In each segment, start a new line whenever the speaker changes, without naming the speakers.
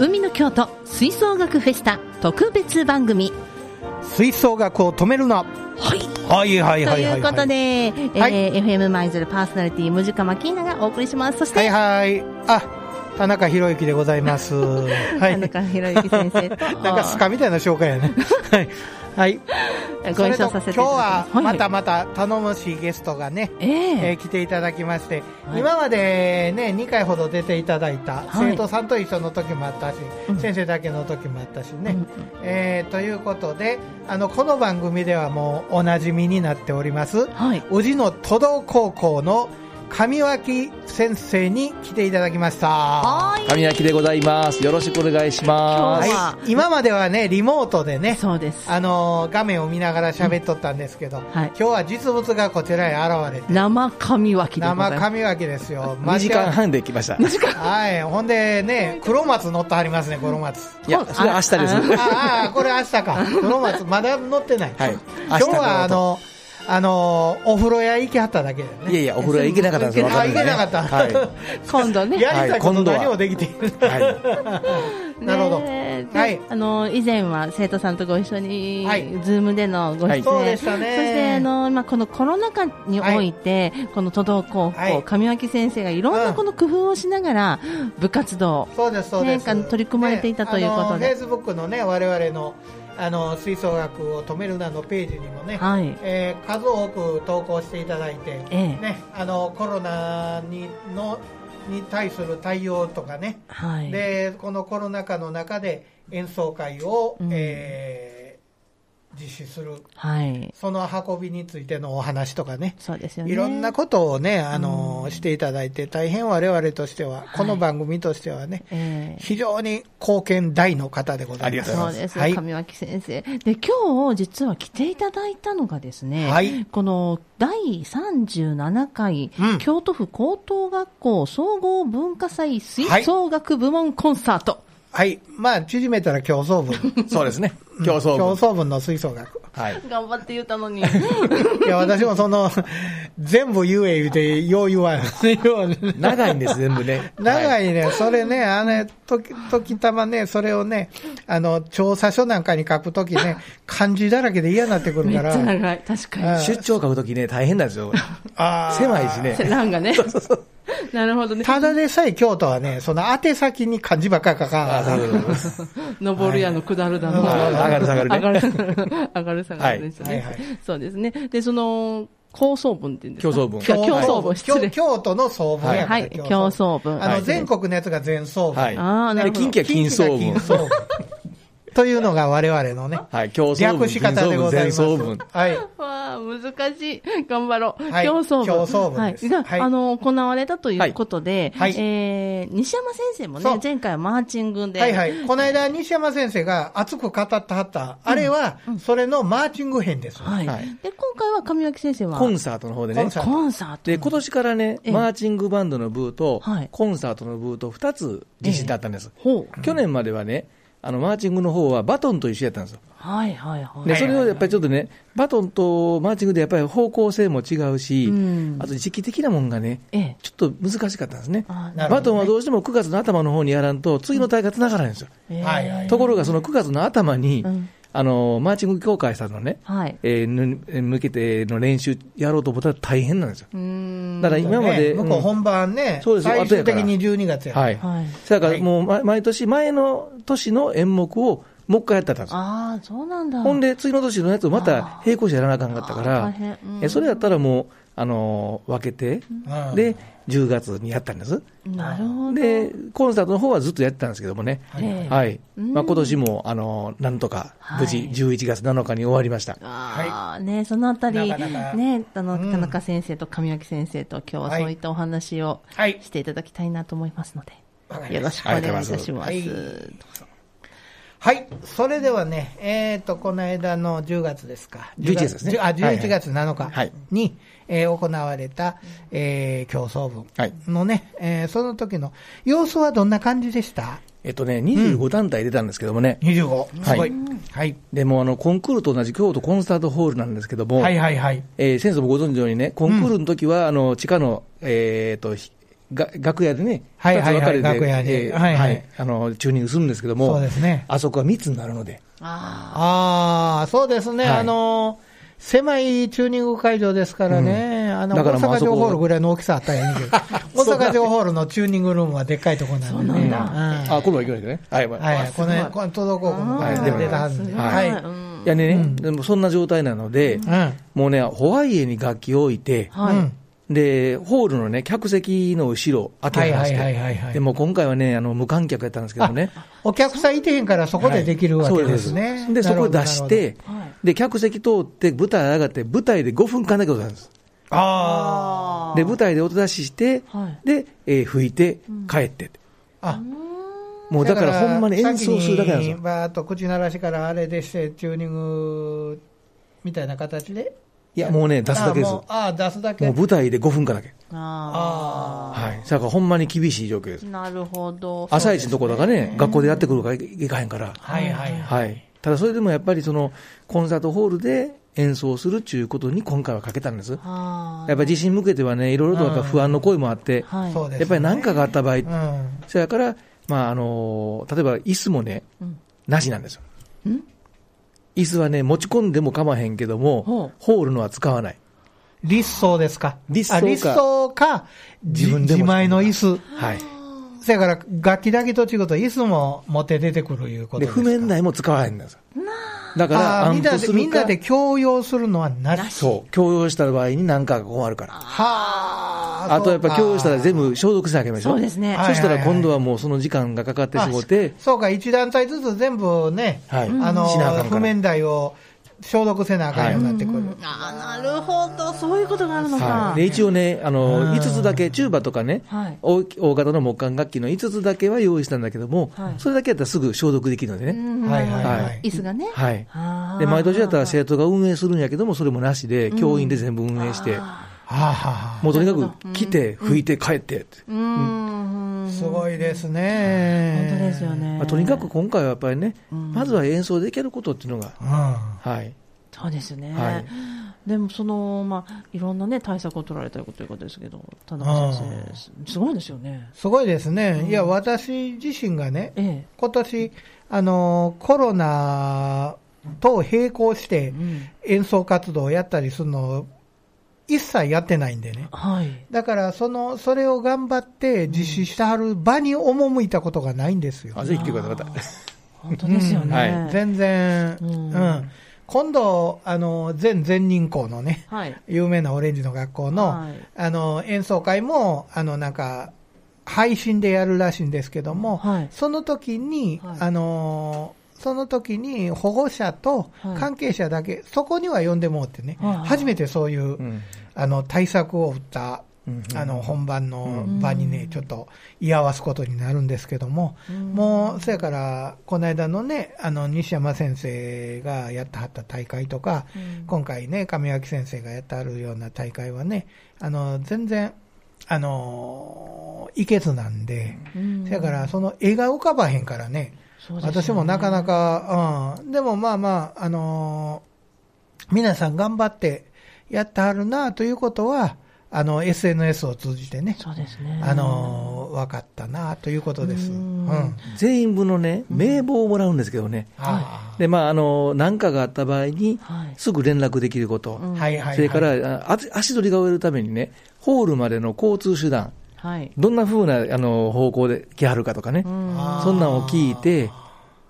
海の京都吹奏楽フェスタ特別番組
吹奏楽を止めるな。
はい
はいはい
と
はいはいい、
うことで、
はい。
え
はい
ー FM 舞鶴パーソナリティムジカマキーナがお送りしますそして、
はいはい。あ、田中博之でござ います。は
田中博之先生と
なんかスカみたいな紹介やね。はい。はい。
ご一緒させていただきます
それと今日ははいまたまた頼もしいゲストがね、
ええ
えー来ていただきまして、
はい
今までね、2回ほど出ていただいた、
はい
生徒さんと一緒の時もあったし、
うん
先生だけの時もあったしね。
うんうん
えーということで、あの、この番組ではもうおなじみになっております、
はい
宇治の都道高校の上脇先生に来ていただきました。
はい
神焼きでございます。よろしくお願いしま
今
す
日。
はい、今まではね、リモートでね、
そうです
あのー画面を見ながら喋っとったんですけど、
はい
今日は実物がこちらへ現れて、
生神脇でござ
生
います
神脇ですよ。
2時
ま
間
して
半で来ました。
はい、ほんでね、黒松乗ってはりますね、黒松。
いや、それは明日です。
あああ、これ明日か。黒松、まだ乗ってない。
はい
今日
明日
はあの、あのー、お風呂屋行きはっただけだよね。
いやいや、お風呂へ行けなかったんですよ。
あ、行
私ね
けなかった。
はい。
今度ね
やりたいこと何も
は
できている。
ね
なるほど。
で
はい
あの以前は生徒さんとご一緒に、
はい
ズームでのご出
は
演、
い
そうでしたね
そしてあの、まあ、このコロナ禍において、この都道高校、
はい
上脇先生がいろん
う
なんこの工夫をしながら部活動、
そうです、そうです。
ね取り組まれていたということで
フェイスブックのね、我々の、あの、吹奏楽を止めるなのページにもね、
はい
えー数多く投稿していただいて、
ええ
ね、あの、コロナに、の、に対する対応とかね、
はい、
で、このコロナ禍の中で演奏会を、
うん
えー実施する、
はい、
その運びについてのお話とかね、
そうですよね
いろんなことをね、あの、していただいて、大変我々としては、この番組としてはね、
ええ
非常に貢献大の方でございます。
そうです、
はい。
上脇先生。で、今日、実は来ていただいたのがですね、
はい
この第37回、
うん
京都府高等学校総合文化祭吹奏楽部門コンサート。
はい。まあ、縮めたら競争部。
そうですね。競争
競
部。
争部の吹奏楽。
はい。
頑張って言ったの に。
いや、私もその、全部言え言うて、よう言わん。
長いんです、全部ね。
長
い。
いね、それね、あの、時、時たまね、それをね、あの、調査書なんかに書くときね、漢字だらけで嫌になってくる
め
か
っちゃ
ら、
長い。確か
あ
に。
出張書くときね、大変なんですよ。
あー
狭いしね。
欄がね。なるほどね。
ただでさえ京都はね、その宛先に漢字ばっかり書か
あ
んか
な
ら
るほど
登るやの下るだの。
あ上がる下がるね
上がる下 がる。上がる下がるです
はい
ね
はいはい。
そうですね。で、その、構想文って言うんですか
競争文
いや競争文、失
京
礼。
京都の総分やから、
はい競争部
あ
は
の、
い
全国のやつが全総分。
はい。
あーなる
で、
ほど
近畿は金総
近畿が。
分
金総分というのが我々のね、
はい。競争
略
文、
し
金
方で
総
ご
文、
ざいま
全
す。
総文。
はい。
わあ、難しい。頑張ろう。
はい
競争部。
競争部
は
で
い。
す
が、
はい
あの、行われたということで、
はいはい
えー、西山先生も
そ
ね
う、
前回はマーチングで、
はいはい。この間、西山先生が熱く語ってはった、あれは、それのマーチング編です。
はい。
はい
で、今回は上脇先生は、
コンサートの方で
コ
ね
ン。サート
コンサート。
で、今年からね、
ええ
マーチングバンドの部と
はい、
コンサートの部と2つ実施だったんです。
ほう。
去年まではね、あのマーチングの方はバトンと一緒やったんですよ。
はいはいはい。
で、それをやっぱりちょっとね、バトンとマーチングでやっぱり方向性も違うし
うん、
あと時期的なもんがね、
ええ。
ちょっと難しかったんですね。
あ
なるほどね
バトンはどうしても9月の頭の方にやらんと、次の大会繋がらないんですよ。
えー
はいはい
ところがその9月の頭に
うん、
あの、マーチング協会さんのね、
はい。
えーぬ向けての練習やろうと思ったら大変なんですよ。
うーん。
だから今まで。
ね向こう
うん
本番ね、
そうですよ
最終的
後
に
や
12月や。
はい。
はい。
だか
は
ら
い
もうま毎年、前の年の演目をもう一回やってたんですよ
ああ、そうなんだ。
ほんで、次の年のやつをまた並行してやらなあかんかったか
あー大
ら
変う、ん
えそれやったらもう、あのー分けて、
うん
で、10月にやったんです。
なるほど。
で、コンサートの方はずっとやってたんですけどもね。
ええ
はい。
うん
まあ、今年も、あのーなんとか、無事
はい
11月7日に終わりました。
ああ、ね、そのあたり、
なかなか
ね、あの、
うん
田中先生と上脇先生と今日は
はい
そういったお話を
はい
していただきたいなと思いますので、
わかりました
よろしくお願いいたします。
はいはい、それではね、えー、とこの間の10月ですか、
11月ですね
10あ
はいは
11
い
月7日に、
はい
えー行われた、えー競争分
はい
のね、えーその時の様子はどんな感じでした
えっとね、25団体出たんですけどもね、
?25、すごい、はい、
でもうあのコンクールと同じ京都コンサートホールなんですけども、
はいはいはい、
えー先生もご存知のようにね、コンクールの時は、あの地下の、えー、とひが楽屋でね、
はいはいはい
二つ分かれて
楽屋で
えー
はいはい
はいあのチューニングするんですけども、
そうですね
あそこは密になるので、
あ
ああ、そうですね、
はい
あのー狭いチューニング会場ですからね、あの
だから
大
もうあ
阪
そこ
城ホールぐらいの大きさあったらいいけど、 大阪城ホールのチューニングルームはでっかいとこなんでね。
そうな
うん
あこれはいけないでね、はいまあ
はい、この
すご
辺、
い
この届こう、この
あ
ー
はい、出たはず
ー
で。は。
はいい、
う
うん
いやね、
うん
でもそんな状態なので、
ん。
もうね、ホワイエに楽器を置いて、
はい
うん
でホールのね、客席の後ろ、開け
はい
放
は
し
い
て、
はいはいはい。
でもう今回はね、あの無観客やったんですけどもね。
あ、お客さんいてへんからそこでできるわ
そ
け
う
ですね。
で、
な
そ
る
こ
ほ
を
ど
出して、、
はい
で、客席通って、舞台上がって、舞台で5分間だけ踊ったんです。
あ
あー
で、舞台で音出しして、
はい
で、えー吹いて、帰ってって、
あ。あ、
もうだからほんまに演奏するだけなんで
先
すよ
に。バーっと口鳴らしからあれでして、チューニングみたいな形で。
いや、もうね、出すだけで
あー
す。
も
も
うあー、出すだ
う
け。
舞台で5分間だけ。
あ
あ
はい。だからほんまに厳しい状況です
ー。なるほど。
朝一のところがね、学校でやってくるからいかへんから。
あ。はいはいはい。
はい。ただそれでもやっぱりその、コンサートホールで演奏するっていうことに今回はかけたんです。やっ
あー
ぱり自信向けてはね、いろいろとやっぱ不安の声もあって、
はい、
そうですね。
やっぱり何かがあった場合、
うん。
それから、まああの例えば椅子もね、
うん
なしなんですよ。
ん
椅子はね、持ち込んでも構わへんけど
ほ
も
う、
ホールのは使わない。
立想ですか。
立想か
あ立想か、
自分でも
自前の椅子。
はい。
そやから、楽器だけと違うと、椅子も持って出てくるいうこと
で、
ですか。
譜面台も使わへんなんですよ。だから、
あー
ア
み
ン
んな
プ
ですみ
る
んな
か
で、強要するのはなし。
そう、強要した場合に何かが困るから。
はあ。
あとやっぱ強要したら
部。
全部消毒しなきゃいけないでしょ。
そうですね
はい
そしたら今度はもうその時間がかかってしもて
あ、そうか、一団体ずつ全部ね、
はい
あの
しなあかんから
譜面台を消毒せなあかんようになってくる。
あーなるほど、そういうことがあるのか。
はい、で一応ね、あ
うん
の5つだけ、チューバとかね、
はい
大き大型の木管楽器の5つだけは用意したんだけども、
はい
それだけやったらすぐ消毒できるので
う
ね、
ん
はいはい
はい
椅子がね。
はい、
あー
で毎年やったら生徒が運営するんやけども、それもなしで、教員で全部運営して、
はあはあは
もうとにか
なるほ
く
ど
来て、拭いて、帰ってって、
うーん。
あす
い。
ごいですね。
本当ですよ。ね
まあ。とにかく今回はやっぱりね、まずは演奏できることっていうのが、
うん。は
はい、
そうですね。
はい
でも、その、まあ、いろんなね、対策を取られたということですけど、田中先生、すごいですよね。
すごいですね。いや、私自身がね、
え
今年、あの、コロナと並行して
え。うん。
演奏活動をやったりするのを一切やってないんでね。
はい。
だから、その、それを頑張って実施してはる場に赴いたことがないんですよ。
あぜひ来てくださいまた、
本当ですよ
うん
ね。
は
全
う
然、うんん。今度、あの、全全人校のね、
はい。
有名なオレンジの学校の、
はい
あの、演奏会も、あの、なんか、配信でやるらしいんですけども、
はい
その時に、
はい
あのーその時に保護者と
はい
関係者だけ、そこには呼んでもらってね、
はい
初めてそういう、
うん
あの対策を打った、
うん
あの本番の場にね、ちょっと居合わすことになるんですけども、もう、そやから、この間のね、あの西山先生がやってはった大会とか、
うん
今回ね、上脇先生がやってあるような大会はね、あの全然、あのいけずなんで、
うん
そやから、その絵が浮かばへんからね、
そうですよね
私もなかなか、うん、でもまあまあ、あのー皆さん頑張ってやってはるなということは、あの、SNS を通じてね、
そうですね。
あのー分かったなということです。
う
うんん。
全員分のね、名簿をもらうんですけどね、
あ
でまあ、あの何かがあった場合に、
はい。
すぐ連絡できること。
ーはいはいはい。
それから、あ足足取りが終えるためにね、ホールまでの交通手段、
はい。
どんな風なあの方向で来はるかとかね、
うん
あー
そんなんを聞いて、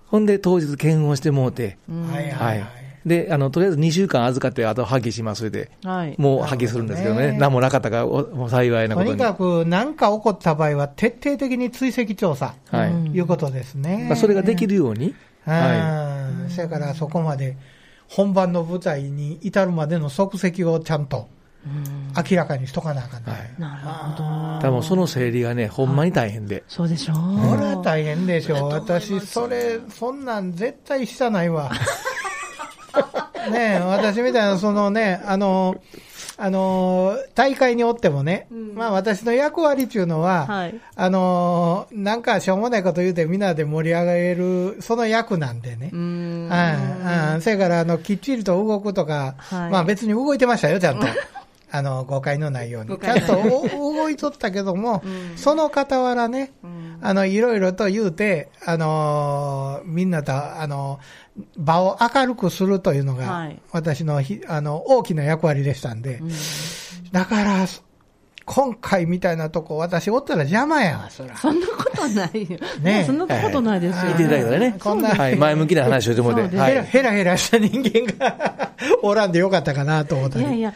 ほんで当日検温してもうて、
はいは
はいい
はい。。
で、あの、とりあえず2週間預かって、あと破棄しますで、
はい。
もう破棄するんですけど
なるほど、
ね
ね
何もなかったから、おもう幸いな
と
こと
に
に。
か
は
く、何か起こった場合は、徹底的に追跡調査、
い。
うん
いうことですね。
まあ、それができるように、は
はい。それからそこまで本番の舞台に至るまでの足跡をちゃんと
い。
明らかにしとかなあかんね、
はい
なるほど。
多分その整理がね、ほんまに大変で。
そうでしょう。
これは大変でしょう、
だと思います
私、それ、そんなん絶対したない わ。ねえ、私みたいな、そのね、あの、あの、大会におってもね、
うん
まあ私の役割っていうのは、
はい
あの、なんかしょうもないこと言うてみんなで盛り上げる、その役なんでね。
うーん。
うん、うん、それからあのきっちりと動くとか、
はい
まあ別に動いてましたよ、ち ゃんと。あの誤解のないように、
誤
ちゃん
解の
とお動いとったけども、
うん
その傍らね、
うん
あのいろいろと言うて、あのーみんなと、あの場を明るくするというのが、
はい
私のひあの大きな役割でしたんで、
うん
だから、今回みたいなとこ、私おったら邪魔やわ、そら。
そんなことない よ。
ねえ
ね、そんなことないですよ。
見ていただけた らね。
こんな
はい。前向きな話をしてもらっ
そう
て。
です
は
ヘラ
い。
ヘラヘラした人間がおらんでよかったかなと思った
い
り
やいや、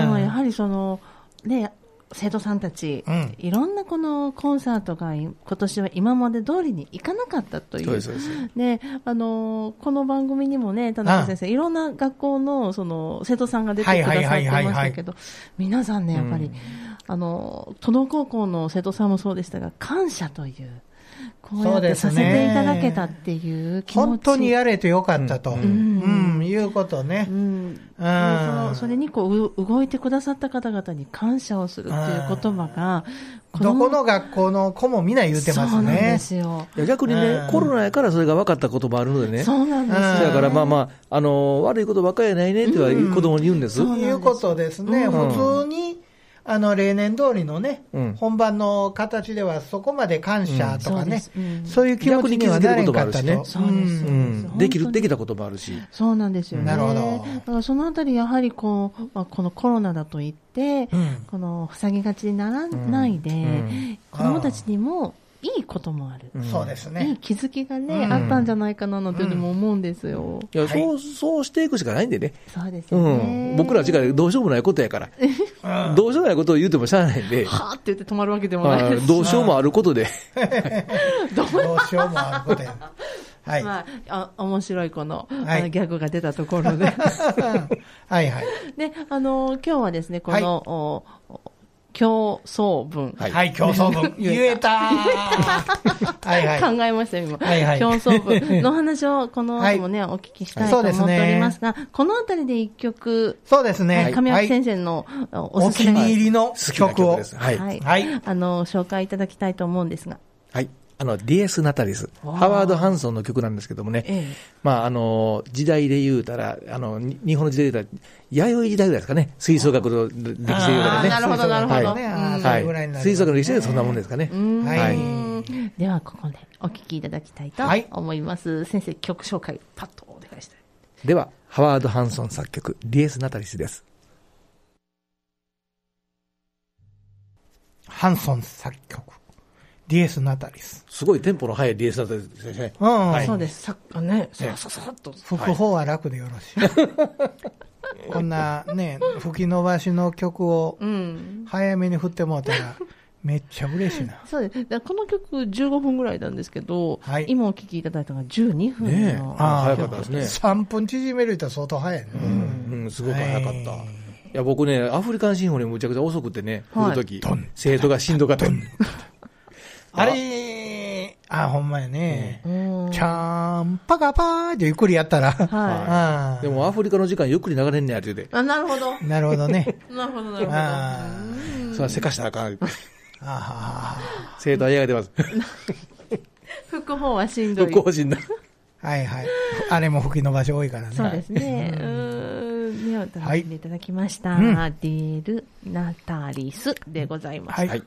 でもやはりその、ね、生徒さんたち、
うん
いろんなこのコンサートがい今年は今まで通りに行かなかったとい
そうで
う。
す、そうです。
ね、あのーこの番組にもね、田中先生、いろんな学校の、その、生徒さんが出てくださってましたけど、皆さんね、やっぱり、あのー、都道高校の生徒さんもそうでしたが、感謝という、こうや
そう
っ
で
て
す
さ
ね
せていただけたっていう気持ち。
本当にやれてよかったと、う
うんん
いうことね
う、んそ
うん
のそれにこうう動いてくださった方々に感謝をするっていう言葉が、
どこの
っ
学校の子も皆言うてま
そ
す
うなんで
ね。
すよ。
いや逆に
う
ね
ん、
コロナやからそれが分かったこともあるのでね。
そうなんですよ、
うん
だからまあまあ、あのー悪いことばっかりやないねっては
うん
子供に言うんです。
そうなんです
いうことですね、
うん
普通にあの例年通りのね、
うん
本番の形ではそこまで感謝と
うんそう
かね、
ですうん
そういう気持ちにはなれんかったと、
逆に気づけることもあるしね
そうです
う
よ本当
ん。
に
できる、できたこともあるし。
そうなんですよね。
なるほど
だからそのあたり、やはりこう、まあ、このコロナだといって、
うん
この塞ぎがちにならないで、
ん
子供たちにもいいこともある。
うん
そうです
い
ね
い。気づきがね、
うん
あったんじゃないかななんていうのも思うんですよ。
いや、
はい
そう、そうしていくしかないんでね。
そうです
う
よ
ん
ね。。
僕らは違う、どうしようもないことやから。どうしようもないことを言うてもしゃあないんで。
はーって言って止まるわけでも
ま
ない
あ
ですし
どうしようもあることで。
どう
どうしようもあることや。はい。
まあ、あ面白いこの,、
はい
あのギャグが出たところ で
はいはい。
であの今日はですねこの、
はい
おお競争文、
はい
はい、競争 文。言えたはいはい。
考えましたよ今、
はいはい
競争 文の話をこの後もね、お聞きしたいと思っておりますがこの辺りで一曲、
そうですね。
はい亀脇先
生、
生のお
お
おすす
気
め、
に入りの
好きな
曲
曲
を。
です。はい。
はい
はい
あの紹介いただきたいと思うんですが、
はい。あの、ディエス・ナタリス。ハワード・ハンソンの曲なんですけどもね。
ええ
まあ、あの、時代で言うたら、あの、に日本の時代で言うたら、弥生時代ぐらいですかね。吹奏楽の歴史で言う
あ
たら
ー
ね。
なるほどなるほど
はい
うん
そ
は
れぐらいになりま
い。
すね
吹奏楽の歴史でそんなもんですかね。
うん
は
うんではここでお聞きいただきたいと
はい
思います、先生曲紹介パッとお願いしたい
では、ハワード・ハンソン作曲、ディエス・ナタリスです。
ハンソン作曲。ディエス・ナタリス。
すごいテンポの速いディエス・ナタリスですね。
うん。
そうです。さあね、さ
ええ
ささっと。
吹く方は楽でよろしい。 こんなね、吹き伸ばしの曲を
うん。
早めに振ってもらったら、めっちゃ嬉しいな。
そうです。だからこの曲15分ぐらいなんですけど、
はい
今お聴きいただいたのが12分の。
ねえ。
あー
早かったですね。
3分縮めるったら相当早いね。
うん、すごく早かった。
はい
いや、僕ね、アフリカンシンフォニーむちゃくちゃ遅くてね、
はい
振るとき、生徒がしんどかった。
あれあ、ほんまやね。
うん
ちゃーん、パカパーってゆっくりやったら。
は
あー
でもアフリカの時間ゆっくり流れんねやって言うて、
い。あ、なるほど。
なるほ どね。
なるほど、なるほど。
あ
それはせかしたらあかん。
あ。あ
生徒は嫌がってます。
吹く方はしんどい。
不幸人だ。
あ。はいはい。あれも吹き伸ばし多いからね。
そうですね。うん。では、楽しんでいただきました。
う
デ
ん
ィール・ナタリスでございます。
はい。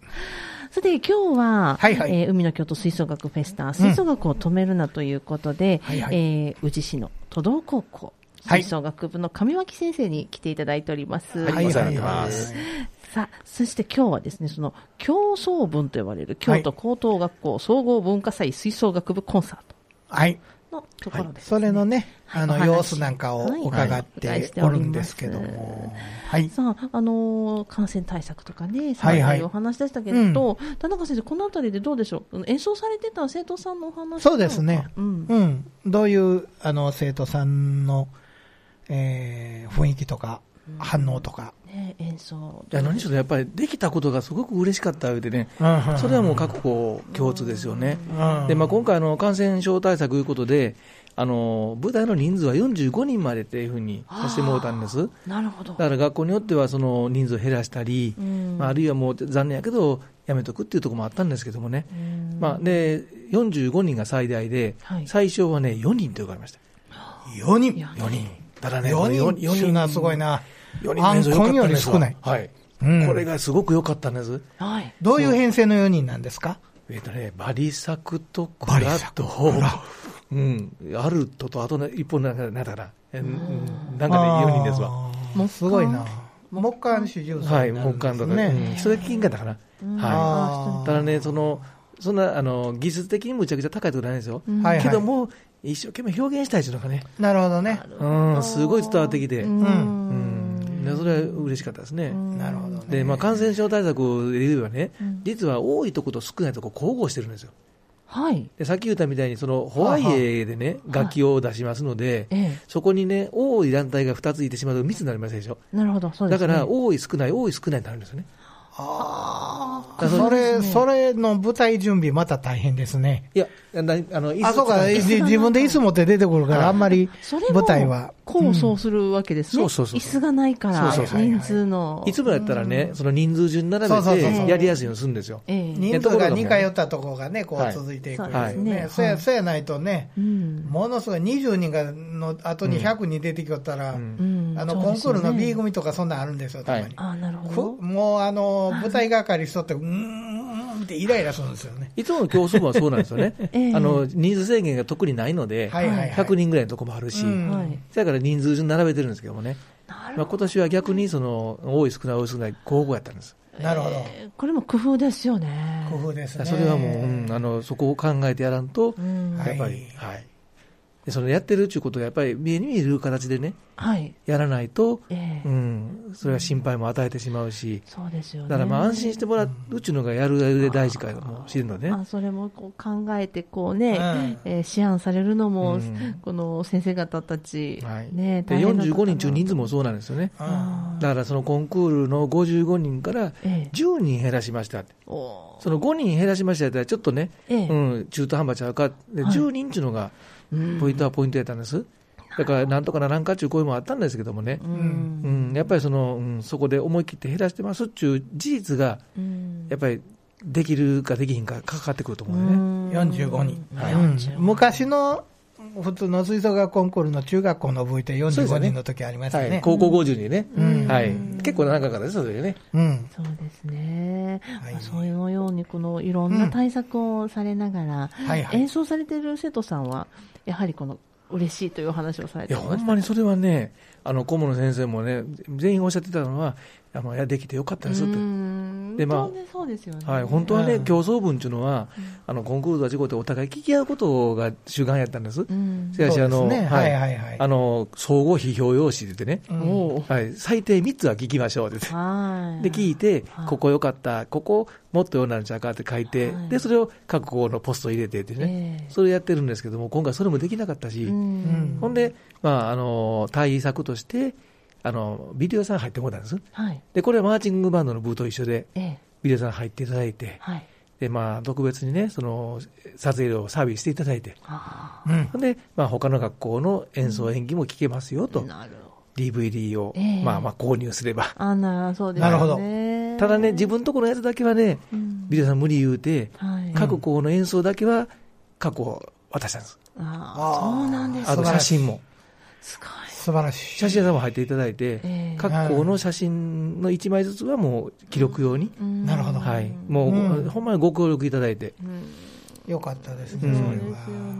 さて、今日は、
はいはい
えー海の京都吹奏楽フェスタ、吹奏楽を止めるなということで、
はいはい
えー宇治市の都道高校
はい
吹奏楽部の上脇先生に来ていただいております。
はいお世話になってます
さあ、そして今日はですね、その、競争文と呼ばれる京都高等学校総合文化祭吹奏楽部コンサー
はい。
トのところです、
それのね、
はい
あの、
お話
様子なんかを
はい
伺っておるんですけども。はい。
さあ、あのー感染対策とかね、
は
さ
いはい
っきお話でしたけれど、田中先生、このあたりでどうでしょう、演奏されてた生徒さんのお話なんか
そうですね。
う
うんん。どういう、あの、生徒さんの、えー雰囲気とか、反応とか。
ね、演奏
いや何しろやっぱりできたことがすごく嬉しかったわけでね、それはもう各校共通ですよね、でまあ、今回あの、感染症対策ということで、あの舞台の人数は45人までっていうふうにさせてもらったんです、
なるほどだ
から学校によってはその人数を減らしたり、まあ、あるいはもう残念やけど、やめとくっていうところもあったんですけどもね、まあ、で45人が最大で、
はい
最小はね、4人と呼ばれました。
4人。
4人ただね、
4人。
4
4人がすごいな。
4人の映像良かったん
あんこんより
ですわ
少ない
はい。
うん
これがすごく良かったんです。
はい
どういう編成の4人なんですか
えっとね、バリ作とクラと、うん、アルトと、あとね、一本なんか、なんだかな、えなんかね、4人ですわ。
あー
木管
すごいな。木管主従さ
は
ん
い、
になる
木
んで
管
す
とか、
ね。
うんそれ金貨だから。は
あ
い。
ー
ただね、その、そんな、あの、技術的にむちゃくちゃ高いところないんですよ。
はいはい
けども、一生懸命表現したいっていうのがね、
なるほどね。
うん、すごい伝わってきて、
う
うん
ん、
でそれは嬉しかったですね。
なるほどね。
で、まあ、感染症対策で言えばね、
うん
実は多いとこと少ないとこ交互してるんですよ。
はい
でさっき言ったみたいに、そのホワイエでね、楽器を出しますので、
ええ
そこにね、多い団体が2ついてしまうと密になりますでしょ。
なるほどそうで
だ
す、ね、
から、多い少ない、多い少ないになるんですよね。
あ
だ
あ、
から
それ、それの舞台準備また大変ですね。
いや、なあの、椅子
あ、そうか、
使
じ
て
自分でいつ持って出てくるから、あんまり
それも
舞台は。
構想するわけですね、
うんそうそうそ
椅子
う
がないから
そう
そうそう
人数の
いつもやったらね、その人数順並べ
そうそうそう
そう
て、やりやすいようにするんですよ。
ええ
人数が2回寄ったとこがね、こ
は
う
い
続いていく
そ
ん
う
で
ですす
ね。
ね
そう
は
や、
い
そうやないとね、
うん
ものすごい20人がの後に100人出てきよったら、
ん
うん
あの、
そう
コ
で
ン
す
クー
よ
ル
ね
の B 組とかそんなんあるんですよ、たまに。
あなるほ
ふ
ど。
もうあの舞台係しとって、うーんってイライラするんですよね。
いつもの競争部はそうなんです よね
ええ
あの、人数制限が特にないので、
はいはいはい
100人ぐらいのとこもあるし、
うん
はい
だから人数順並べてるんですけどもね。
なる
まあ、今年は逆にその多い少ない多い少ない交互やったんです、
なるほど、
えーこれも工夫ですよね
工夫ですね。
それはもう、うんあのそこを考えてやらんと、
うん
は
やっぱり
い、
はいでそのやってるっていうことをやっぱり目に見える形でね、
はい
やらないと、
ええ
うん、それは心配も与えてしまうし、
そうですよね
だからまあ安心してもらうっていうのがやるやるで大事かもしれないね。
あそれもこう考えてこうね、
うん
えー、思案されるのも、
うん
この先生方たち、
はい
ね、
で
大変だったかな
45人中人数もそうなんですよね。
うん
だからそのコンクールの55人から
ええ
10人減らしましたって
おー
その5人減らしましたやったら、ちょっとね、
ええ
うん、中途半端ちゃうか、で
はい
10人っていうのが、ポイントはポイントやったんです、だからなんとかならんかっていう声もあったんですけどもね、
う
うんん、やっぱりその、うん、そこで思い切って減らしてますっていう事実が、
うん
やっぱりできるかできひんか、かかってくると思う
う
ね。
ん
45人、
はい
うん昔の普通の吹奏楽コンクールの中学校の部って
そうです
45
よね
人の時ありました
は
ね。
い、高校50人ね、
ん
はい、結構長かったです、それでね。
うん
そうですね、
はい
まあそういうようにこのいろんな対策をされながら、
はいはい
演奏されている生徒さんは、やはりこの嬉しいというお話をされ
い
て
や、
ま
ほ
し
ん
た。
まにそれはね、あの、顧問の先生もね、全員おっしゃってたのは、あのいや、できてよかったです
う
って。
ん
でまあ
本当にそうですよね。
はい、本当はね、
うん
競争文っていうのは、あのコンクールとは事故ってお互い聞き合うことが主眼やったんです。
うん
しかし、
そ
あの、
うですねはいはいはい
あの、総合批評用紙で言ってね、
おー
はい、最低3つは聞きましょうって言って。
はい。
で、聞いて
はい、
ここ良かった、ここもっと良くなるんちゃうかって書いて
はい、
で、それを各校のポスト入れてって
え
ね、
え
それやってるんですけども、今回それもできなかったし
う、ん
ほんで、まあ、あの、対策として、あの、ビデオ屋さん入ってもらったんです。
はい。
で、これはマーチングバンドの部と一緒で、
ええ
ビデオ屋さん入っていただいて、
はい。
で、まあ、特別にね、その、撮影料をサービスしていただいて、
あ
うん
ほんで、まあ、他の学校の演奏、演技も聞けますよ
あ、
と、
なるほど。
DVD を、
ええ
まあまあ、購入すれば。
あなそうです
なるほど
ね。
ただね、自分とこのやつだけはね、
うん
ビデオさん無理言うて、
はい。
各校の演奏だけは、過去渡したんです。
ああ、そうなんです
あ
素
と、
晴
写
らしい
真も。
すごい。
素晴らしい。
写真屋さんも入っていただいて、
ええ
各校の写真の1枚ずつはもう、記録用に、
うん
なるほど。
はい、もう、
うん
ほんまにご協力いただいて、
よかったです
う
ね、
ん
それ
そうで
は
すよね
う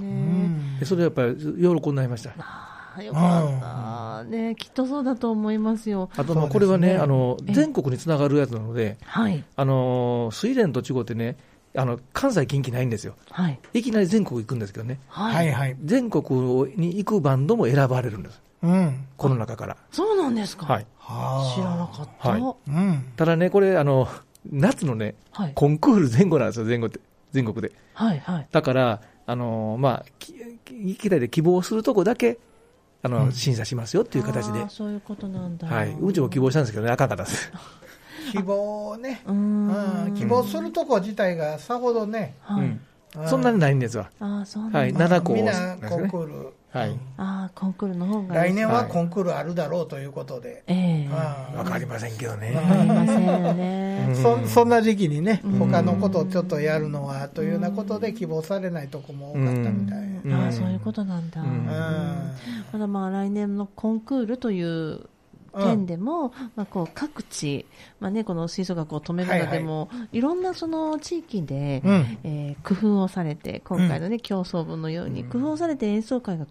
ん
でそれやっぱり喜んでありました。
ああ、よかった。ね、きっとそうだと思いますよ。
あと
そう
まあ
ですね
これはね、あの
ええ
全国につながるやつなので、
はい。
あのスイレンとチゴってね、あの関西、近畿ないんですよ、
はい。
いきなり全国行くんですけどね、
は。
はいいはい。
全国に行くバンドも選ばれるんです、
うん。
この中から。
そうなんですか。
はい、
はあ
知らなかった。
はい
うん。
ただね、これあの、夏のね、
はい。
コンクール前後なんですよ、全国で。全国で
はい。はい。
だから、あのまあ、きき期待で希望するとこだけあの、審査しますよっていう形で。
そういうことなんだ。
はい。うんちも希望したんですけどね、あかんかったです。
希望ね。うん。希望するとこ自体がさほどね。
はい。そんなにないんですわ。
ああ、そうなん
はい、7校
みんなコンクール。
はい。
ああ、コンクールの方が。
来年はコンクールあるだろうということで。
ええ。
わかりませんけどね。
わかりませんよね。
そ、そんな時期にね、他のことをちょっとやるのは、というようなことで希望されないとこも多かったみたい。
ああ、そういうことなんだ。うん。ただまあ、来年のコンクールという、県でも、まあ、こう各地、まあね、この吹奏楽を止めるのでも、いろんなその地域で、うえ工夫をされて今回の、ね競争分のように工夫をされて演奏会が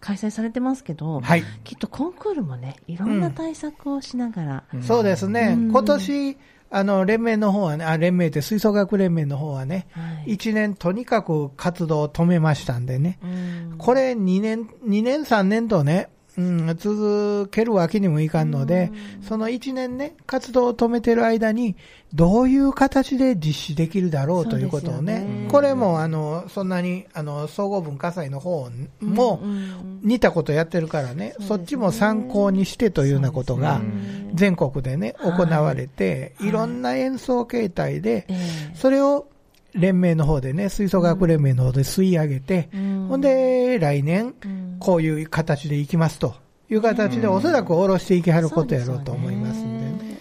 開催されてますけど、きっとコンクールもねいろんな対策をしながら、
そうですね、今年あの連盟の方はね、あ連盟って吹奏楽連盟の方はね、はい、1年とにかく活動を止めましたんでね、これ2年、2年、3年とね、うん、続けるわけにもいかんので、その1年ね、活動を止めてる間に、どういう形で実施できるだろうということをね、ねこれもあのそんなにあの総合文化祭の方も似たことやってるからね、そっちも参考にしてというようなことが、全国でね、行われて、いろんな演奏形態で、それを連盟の方でね、吹奏楽連盟の方で吸い上げて、うん、ほんで、来年、こういう形でいきますという形で、おそらく下ろしていきはることやろうと思いますんでね。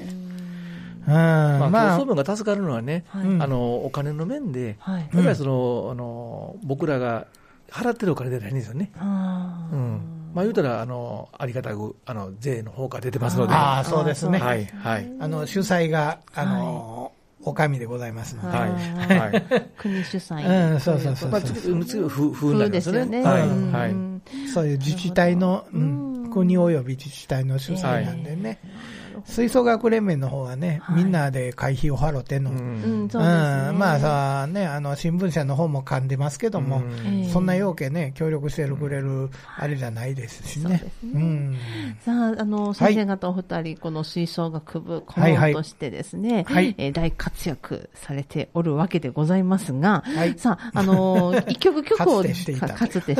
うん
まあ、競争分が助かるのはね、あのお金の面で、やっぱりそのあの僕らが払ってるお金でないんですよね。うんまあ、言うたらあの、ありがたくあの税の方から出てますので、
あそうですね、
はいはい、、
あの主催があの、おかでございますので、はい
はい、国主
催、うん、そうそうそうそう
ふ風なんですよね、はい
はい、そういう自治体の、うん、国および自治体の主催なんでね。吹奏楽連盟の方はね、みんなで会費を払っての、まあさ、ね、あの新聞社の方も噛んでますけども、そんな要件ね、協力してくれるあれじゃないですしね。
さあ、あの先生方お二人、この吹奏楽部顧問としてですね、大活躍されておるわけでございますが、さあ、あの 一曲曲を
かつて
し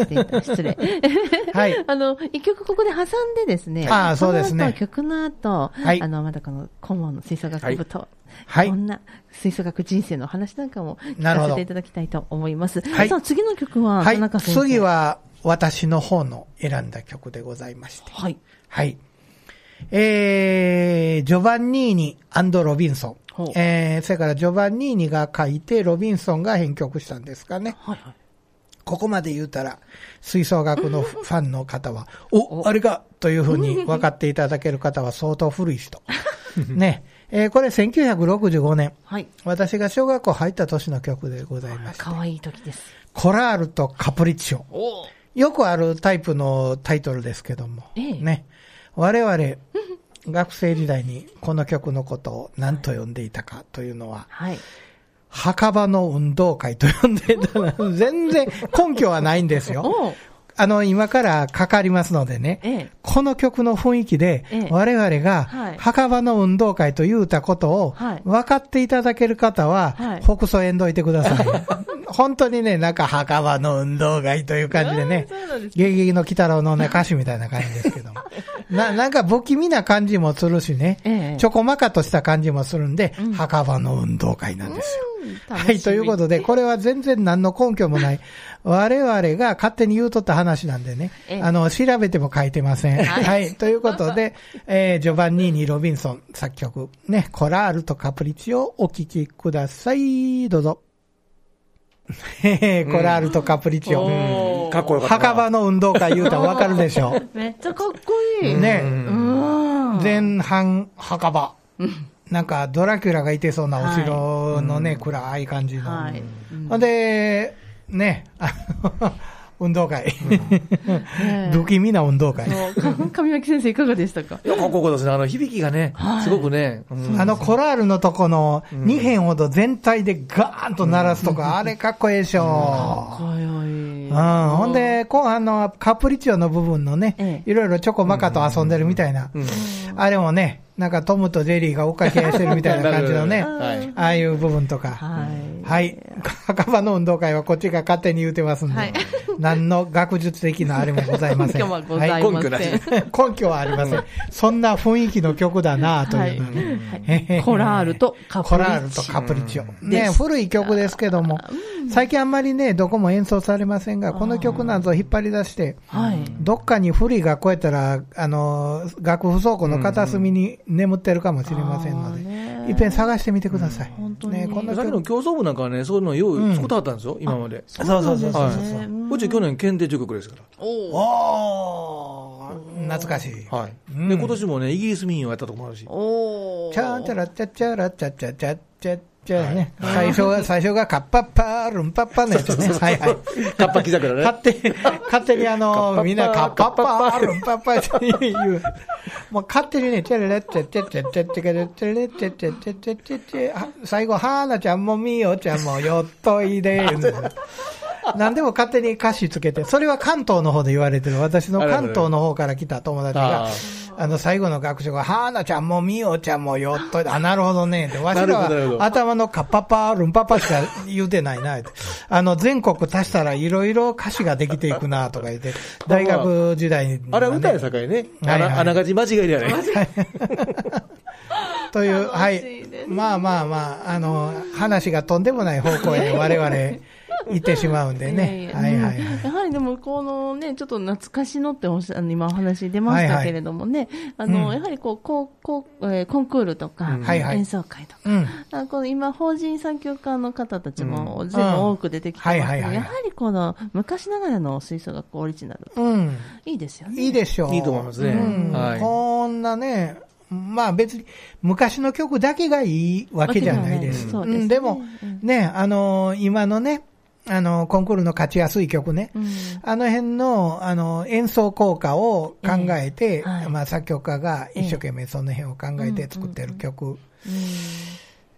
ていた、失礼。 あの一曲ここで挟んでですね、
あそうですね。
曲の後、はい、あのまだこの顧問の吹奏楽部と、はい、こんな吹奏楽人生の話なんかも聞かせていただきたいと思います。はい、さあ次の曲は、
はい、次は私の方の選んだ曲でございまして。
はい。
はい。えー、ジョバンニーニロビンソン。えー、それからジョバンニーニが書いて、ロビンソンが編曲したんですかね。
はいはい
ここまで言うたら、吹奏楽 のファンの方は、お、あれかというふうに分かっていただける方は相当古 い人。ね。えー、これ1965年。
はい。
私が小学校入った年の曲でございました。
可愛い時です。
コラールとカプリッチョ。よくあるタイプのタイトルですけども。
ええ、
ね。我々、学生時代にこの曲のことを何と呼んでいたかというのは、
はい、はい
墓場の運動会と呼んでたら、 全然根拠はないんですよ。あの、今からかかりますのでね、
ええ、
この曲の雰囲気で、我々が墓場の運動会と言うたことを分かっていただける方は、ほくそえんどいてください。 本当にね、なんか墓場の運動会という感じで ね、ゲゲゲの鬼太郎のね、歌手みたいな感じですけど も。な、なんか不気味な感じもするしね、
ええ、
ちょこまかとした感じもするんで、うん、墓場の運動会なんですよ。はい、ということで、これは全然何の根拠もない、 我々が勝手に言うとった話なんでね、え、あの、調べても書いてません。はい、はい、ということ で、えー、ジョバンニーニ・ロビンソン作曲、ね、コラールとカプリチをお聴きください。どうぞ。 コラールとカプリチ。
オ。かっこよかった
墓場の運動会言うたらわかるでしょ。
めっちゃかっこいい。
ね。前半、墓場。なんか、ドラキュラがいてそうなお城のね、暗い感じの。ほんで、ね、 運動会。不気味な運動会。
上脇先生いかがでしたか
いや、かっこよかったですね。あの、響きがね、すごくね。
あの、コラールのとこの2辺ほど全体でガーンと鳴らすとか、あれかっこええでしょ。
かっこよ
い。うん。ほんで、後半のカプリチオの部分のね、いろいろチョコマカと遊んでるみたいな。あれもね、なんかトムとジェリーが追っかけ合いしてるみたいな感じのね、
はい
ああいう部分とか、
は
はい、墓場の運動会はこっちが勝手に言うてますんで、
はい
何の学術的なあれもございません。
今日はございません。
はい根拠
根拠はありません。そんな雰囲気の曲だなあというのはね。
はいコラールとカプ
コ
リ
ラ
ッ
ールと
チ。
カプリチオ。
で
ね、
す
古い曲ですけども、最近あんまりね、どこも演奏されませんが、この曲なんぞ引っ張り出して、
はい。
どっかに古い学校やったら、あの、楽譜倉庫の片隅に眠ってるかもしれませんので、
あーね
いっぺん探してみてください。
本当に
ね、こんな
さっき
曲
の競争部なんかはね、そういうのを用意作ったはったんですよ、今まで。
そうそうそうそう
はい
そうそう。
うち去年検定中国ですか
お
おー、懐かしい。
ら。はい。で、今年もね、イギリス民謡やったとこもあるし。
お
チャーチャ
ラ。
ラチャチャラチャチャチャチャチャね。最初が、最初がカッパッパールンパッパのやつね。はいはい。
カッパキ桜ね。
勝手に、勝手にあの、みんなカッパッパールンパッパっていう。もう勝手にね、チャララチャチャチャチャチャチャチャチャチャチャチャチャ最後、はーなちゃんもみよちゃんもよっといで。何でも勝手に歌詞つけて、それは関東の方で言われてる。私の関東の方から来た友達が
あ、
あの、最後の学習が、はーなちゃんもみおちゃんもよっと、あ、なるほどね。で、わしら
なるほどなるほ
は
ど
頭のカッパパールンパパしか言うてないな。ってあの、全国足したらいろいろ歌詞ができていくな、とか言って、大学時代に、
あれは歌やさかいね。あ
はいはい
なあながち間違いではない。
という、は
楽し
い
いで。す
まあまあまあ、あの、話がとんでもない方向へ我々行ってしまうんで
い
ね。
や
はいい
や
は
う
い
ん
はい。
やはりでも、このね、ちょっと懐かしのっておっしゃあの今お話出ましたけれどもね、あの、
うん
やはりこう、こう、こう、えーコンクールとか、
うん
はいはい
演奏会とか、
うん。
あこの今、法人作曲家の方たちも
う
全部多く出てきてますけど、
うんはいはいはい
やはりこの昔ながらの吹奏楽オリジナル、
うん。
いいですよね。
いいでしょう。
いいと思いますね
うん
はい
こんなね、まあ別に昔の曲だけがいいわけじゃないです。
わけではないですそうですね
んでもね、あのー今のね、あのーコンクールの勝ちやすい曲ね、
うん
あの辺の、あのー演奏効果を考えて、
ええはい
まあ作曲家が一生懸命その辺を考えて作ってる曲。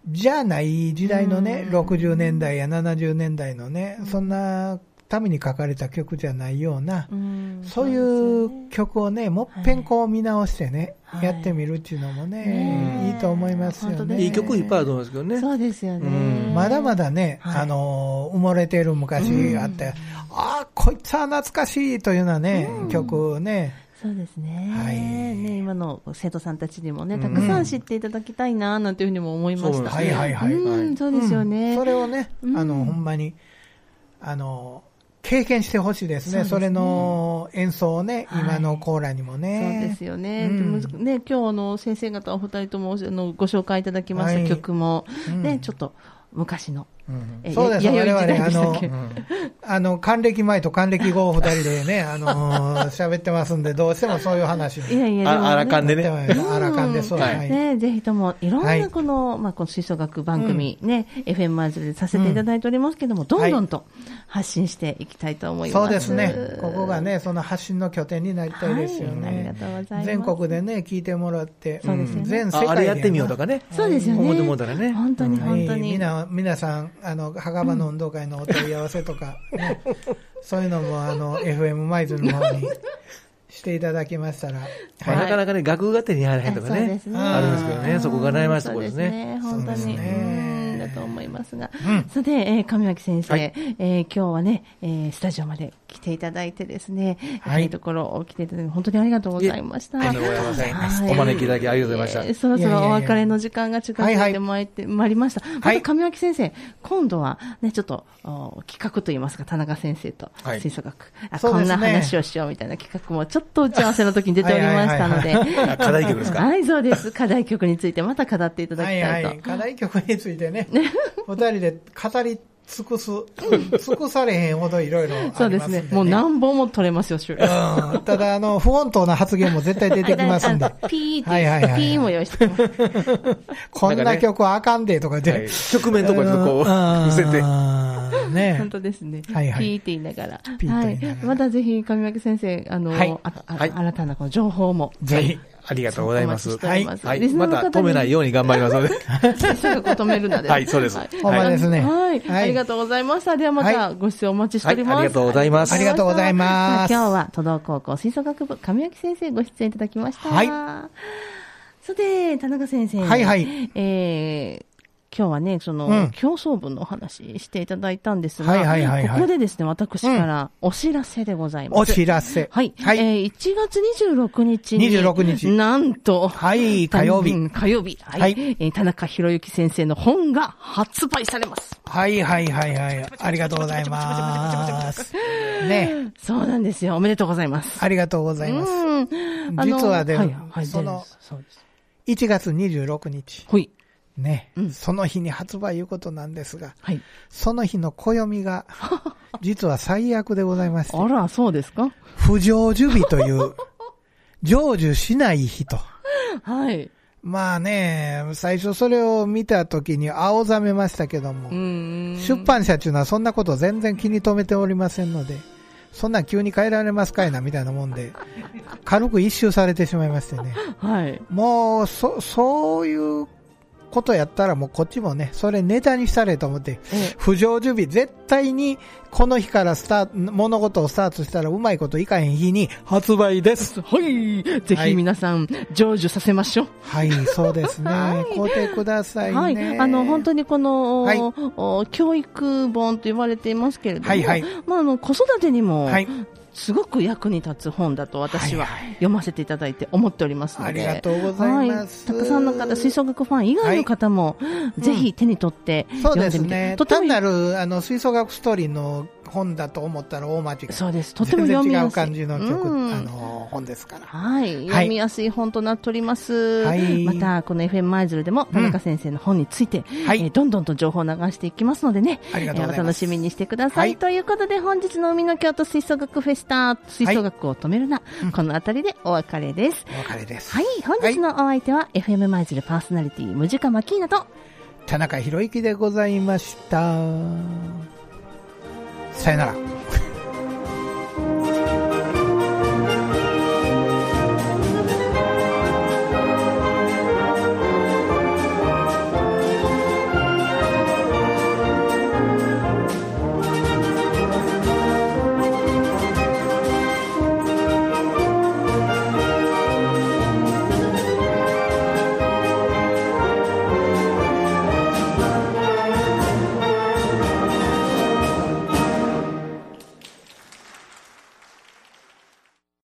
じゃない時代のね、60年代や70年代のね、そんなために書かれた曲じゃないような、
うん
そういう曲をね、もっぺんこう見直してね、
はい
やってみるっていうのもね
ね、え
いいと思いますよ
本当
ね。
です
いい曲いっぱいあると思いますけどね。
そうですよね。
うん
まだまだね、
はい
あのー、埋もれている昔あって、ああ、こいつは懐かしいというようなね、曲ね、
そうですね。
はい
ね、今の生徒さんたちにもね、たくさん知っていただきたいな、なんていうふうにも思いま
そう
した。
です
は
ね
いはいはい。
う
は
ん、
い
そうですよね。
それをね、あ
うん
の、ほんまに、あの、経験してほしいで
そ
す
う
ね。
ですね
それの演奏をね、
はい
今のコーラにもね。
そうですよね。
うん
でむずね、今日あの先生方お二人ともあのご紹介いただきまし
はい
た曲も、
うん
ね、ちょっと昔の、
うん
え
そうです
や弥生時代
我
でし
々
たっけ
あのあの、還暦前と還暦後二人でね、あの ー、喋ってますんで、どうしてもそういう話
い
に。
やいや、でも、ね、
ああらかんで
で
ね。
もあらかんでそう。
は
はいい。
ね、ぜひとも、いろん
は
ないこの、まあ、この吹奏楽番組、ね、FM マーズでさせていただいておりますけども、どんどんと発信していきたいと思います。
そうですね。ここがね、その発信の拠点になりたいですよ
はい、あ
ね
り。がとうございます。
全国でね、聞いてもらって、
そうですよね
全世界
あ
で
あれやってみようとかね。
そうですよね。
思ってもうたらね
本当に本当
はい
に。
みな皆さん、あの、墓場の運動会のお問い合わせとか、 ねそういうのも、あの、FM マイズの方にしていただきましたら、
まあ
はい
なかなかね、楽譜が手に入らへんとか
そうで
ね
す。ね
あるんですけどね、そこが悩ましたところですね。
そうですね本当に、
そうですね
うんだと思いますが。さて、えー神脇先生、
はい
えー今日はね、えースタジオまで来ていただいてですね、
はい
いいところを来ていただいて、本当にありがとうございました。
いえとんでもございません
はい
お招きいただきありがとうございました
えーそろそ
いやいやい
ろ
や
お別れの時間が近づいてまいって、まいりました。ま
い
た神脇先生、今度はね、ちょっと、お企画といいますか、田中先生と
はい
吹奏楽、あ
そう
こ
ですね
んな話をしようみたいな企画もちょっと打ち合わせの時に出ておりましたので
はいはい、
あ課題曲ですか。
はい、そうです。課題曲についてまた語っていただき
は
た
い
いと。
はい、課題曲についてね、お二人で語り尽くす、尽くされへんほどいろいろあります
そうん
で、
で
ね。
すね。もう何本も取れますよ、収録。
うんただ、あの、不穏当な発言も絶対出てきますんで
あ、のピーって、
はいはいはいはい
ピーも用意してます。
こんな曲はあかんでとか
は
で
い、局面とかにこう、伏せて。
て。ね
本当ですね。
はいはい
ピーって言いながら。
ピーって言いながら
はい。またぜひ、神脇先生、あの、
はい
ああ
はい
新たなこの情報も。
ぜひ、ありがとうございます。
お待ちしてお
は
り
い、
ます
はい
リスナ
ま
ーの
た
方に
止めないように頑張ります ので。
先生がこう止めるので。
はいそうです
ほんまですね
はい。
はい
ありがとうございました。ではま
は
た、ご出演お待ちしております。
はいありがとうございます
ありがとうございます
さあ今日は、都道高校吹奏楽部、神脇先生ご出演いただきました。
はい
それで、田中先生。
はいはい。
えー、今日はね、その、うん、競争部のお話していただいたんですが、
はいはいはいはい、
ここでですね、私からお知らせでございます。
お知らせ。
はい。はい、えー、1月26日に、
26日。
なんと、
はい、火曜日。
火曜日。はい。はい、えー、田中博之先生の本が発売されます。
はいはいはいはい。ありがとうございます。ね。
そうなんですよ。おめでとうございます。
ありがとうございます。実はで、はいはい、その、そうです1月26日。
はい。
ね、うん、その日に発売いうことなんですが、
はい、
その日の暦 が、実は最悪でございまして、
あら、そうですか
不成就日という、成就しない日と。
はい。
まあね、最初それを見た時に青ざめましたけども、出版社っていうのはそんなこと全然気に留めておりませんので、そんなん急に変えられますかいなみたいなもん で、軽く一周されてしまいましてね。
はい。
もう、そ、そういうことやったらもうこっちもね、それネタにしたれと思って、不成就日、絶対にこの日からスタート、物事をスタートしたらうまいこといかへん日に発売です。
はい。ぜひ皆さん、成就させましょう。
はい、そうですね。はい、買うてください、ね、はい。
あの、本当にこの、はいお、教育本と言われていますけれども、はいはい、まあ、あの、子育てにも、はい、すごく役に立つ本だと私は読ませていただいて思っておりますので、
はいはい、ありがとうございます、
はい、たくさんの方吹奏楽ファン以外の方も、ぜひ手に取って読んでみて、うん
ね、と単なるあの吹奏楽ストーリーの本だと思ったら大間違い
そうですとても読みや
すい感じの曲、うん、あの本ですから、
はい、読みやすい本となっております、はい、またこの FM 舞鶴でも田中先生の本について、うん、はい、えー、どんどんと情報を流していきますのでね
ありがとうございます、えー、お
楽しみにしてください、ということで本日の海の京都吹奏楽フェスタ吹奏楽を止めるな、はい、この辺りでお別れです、
うん、お別れです
はい本日のお相手は、はい、FM 舞鶴パーソナリティムジカマキーナと
田中宏之でございましたさよなら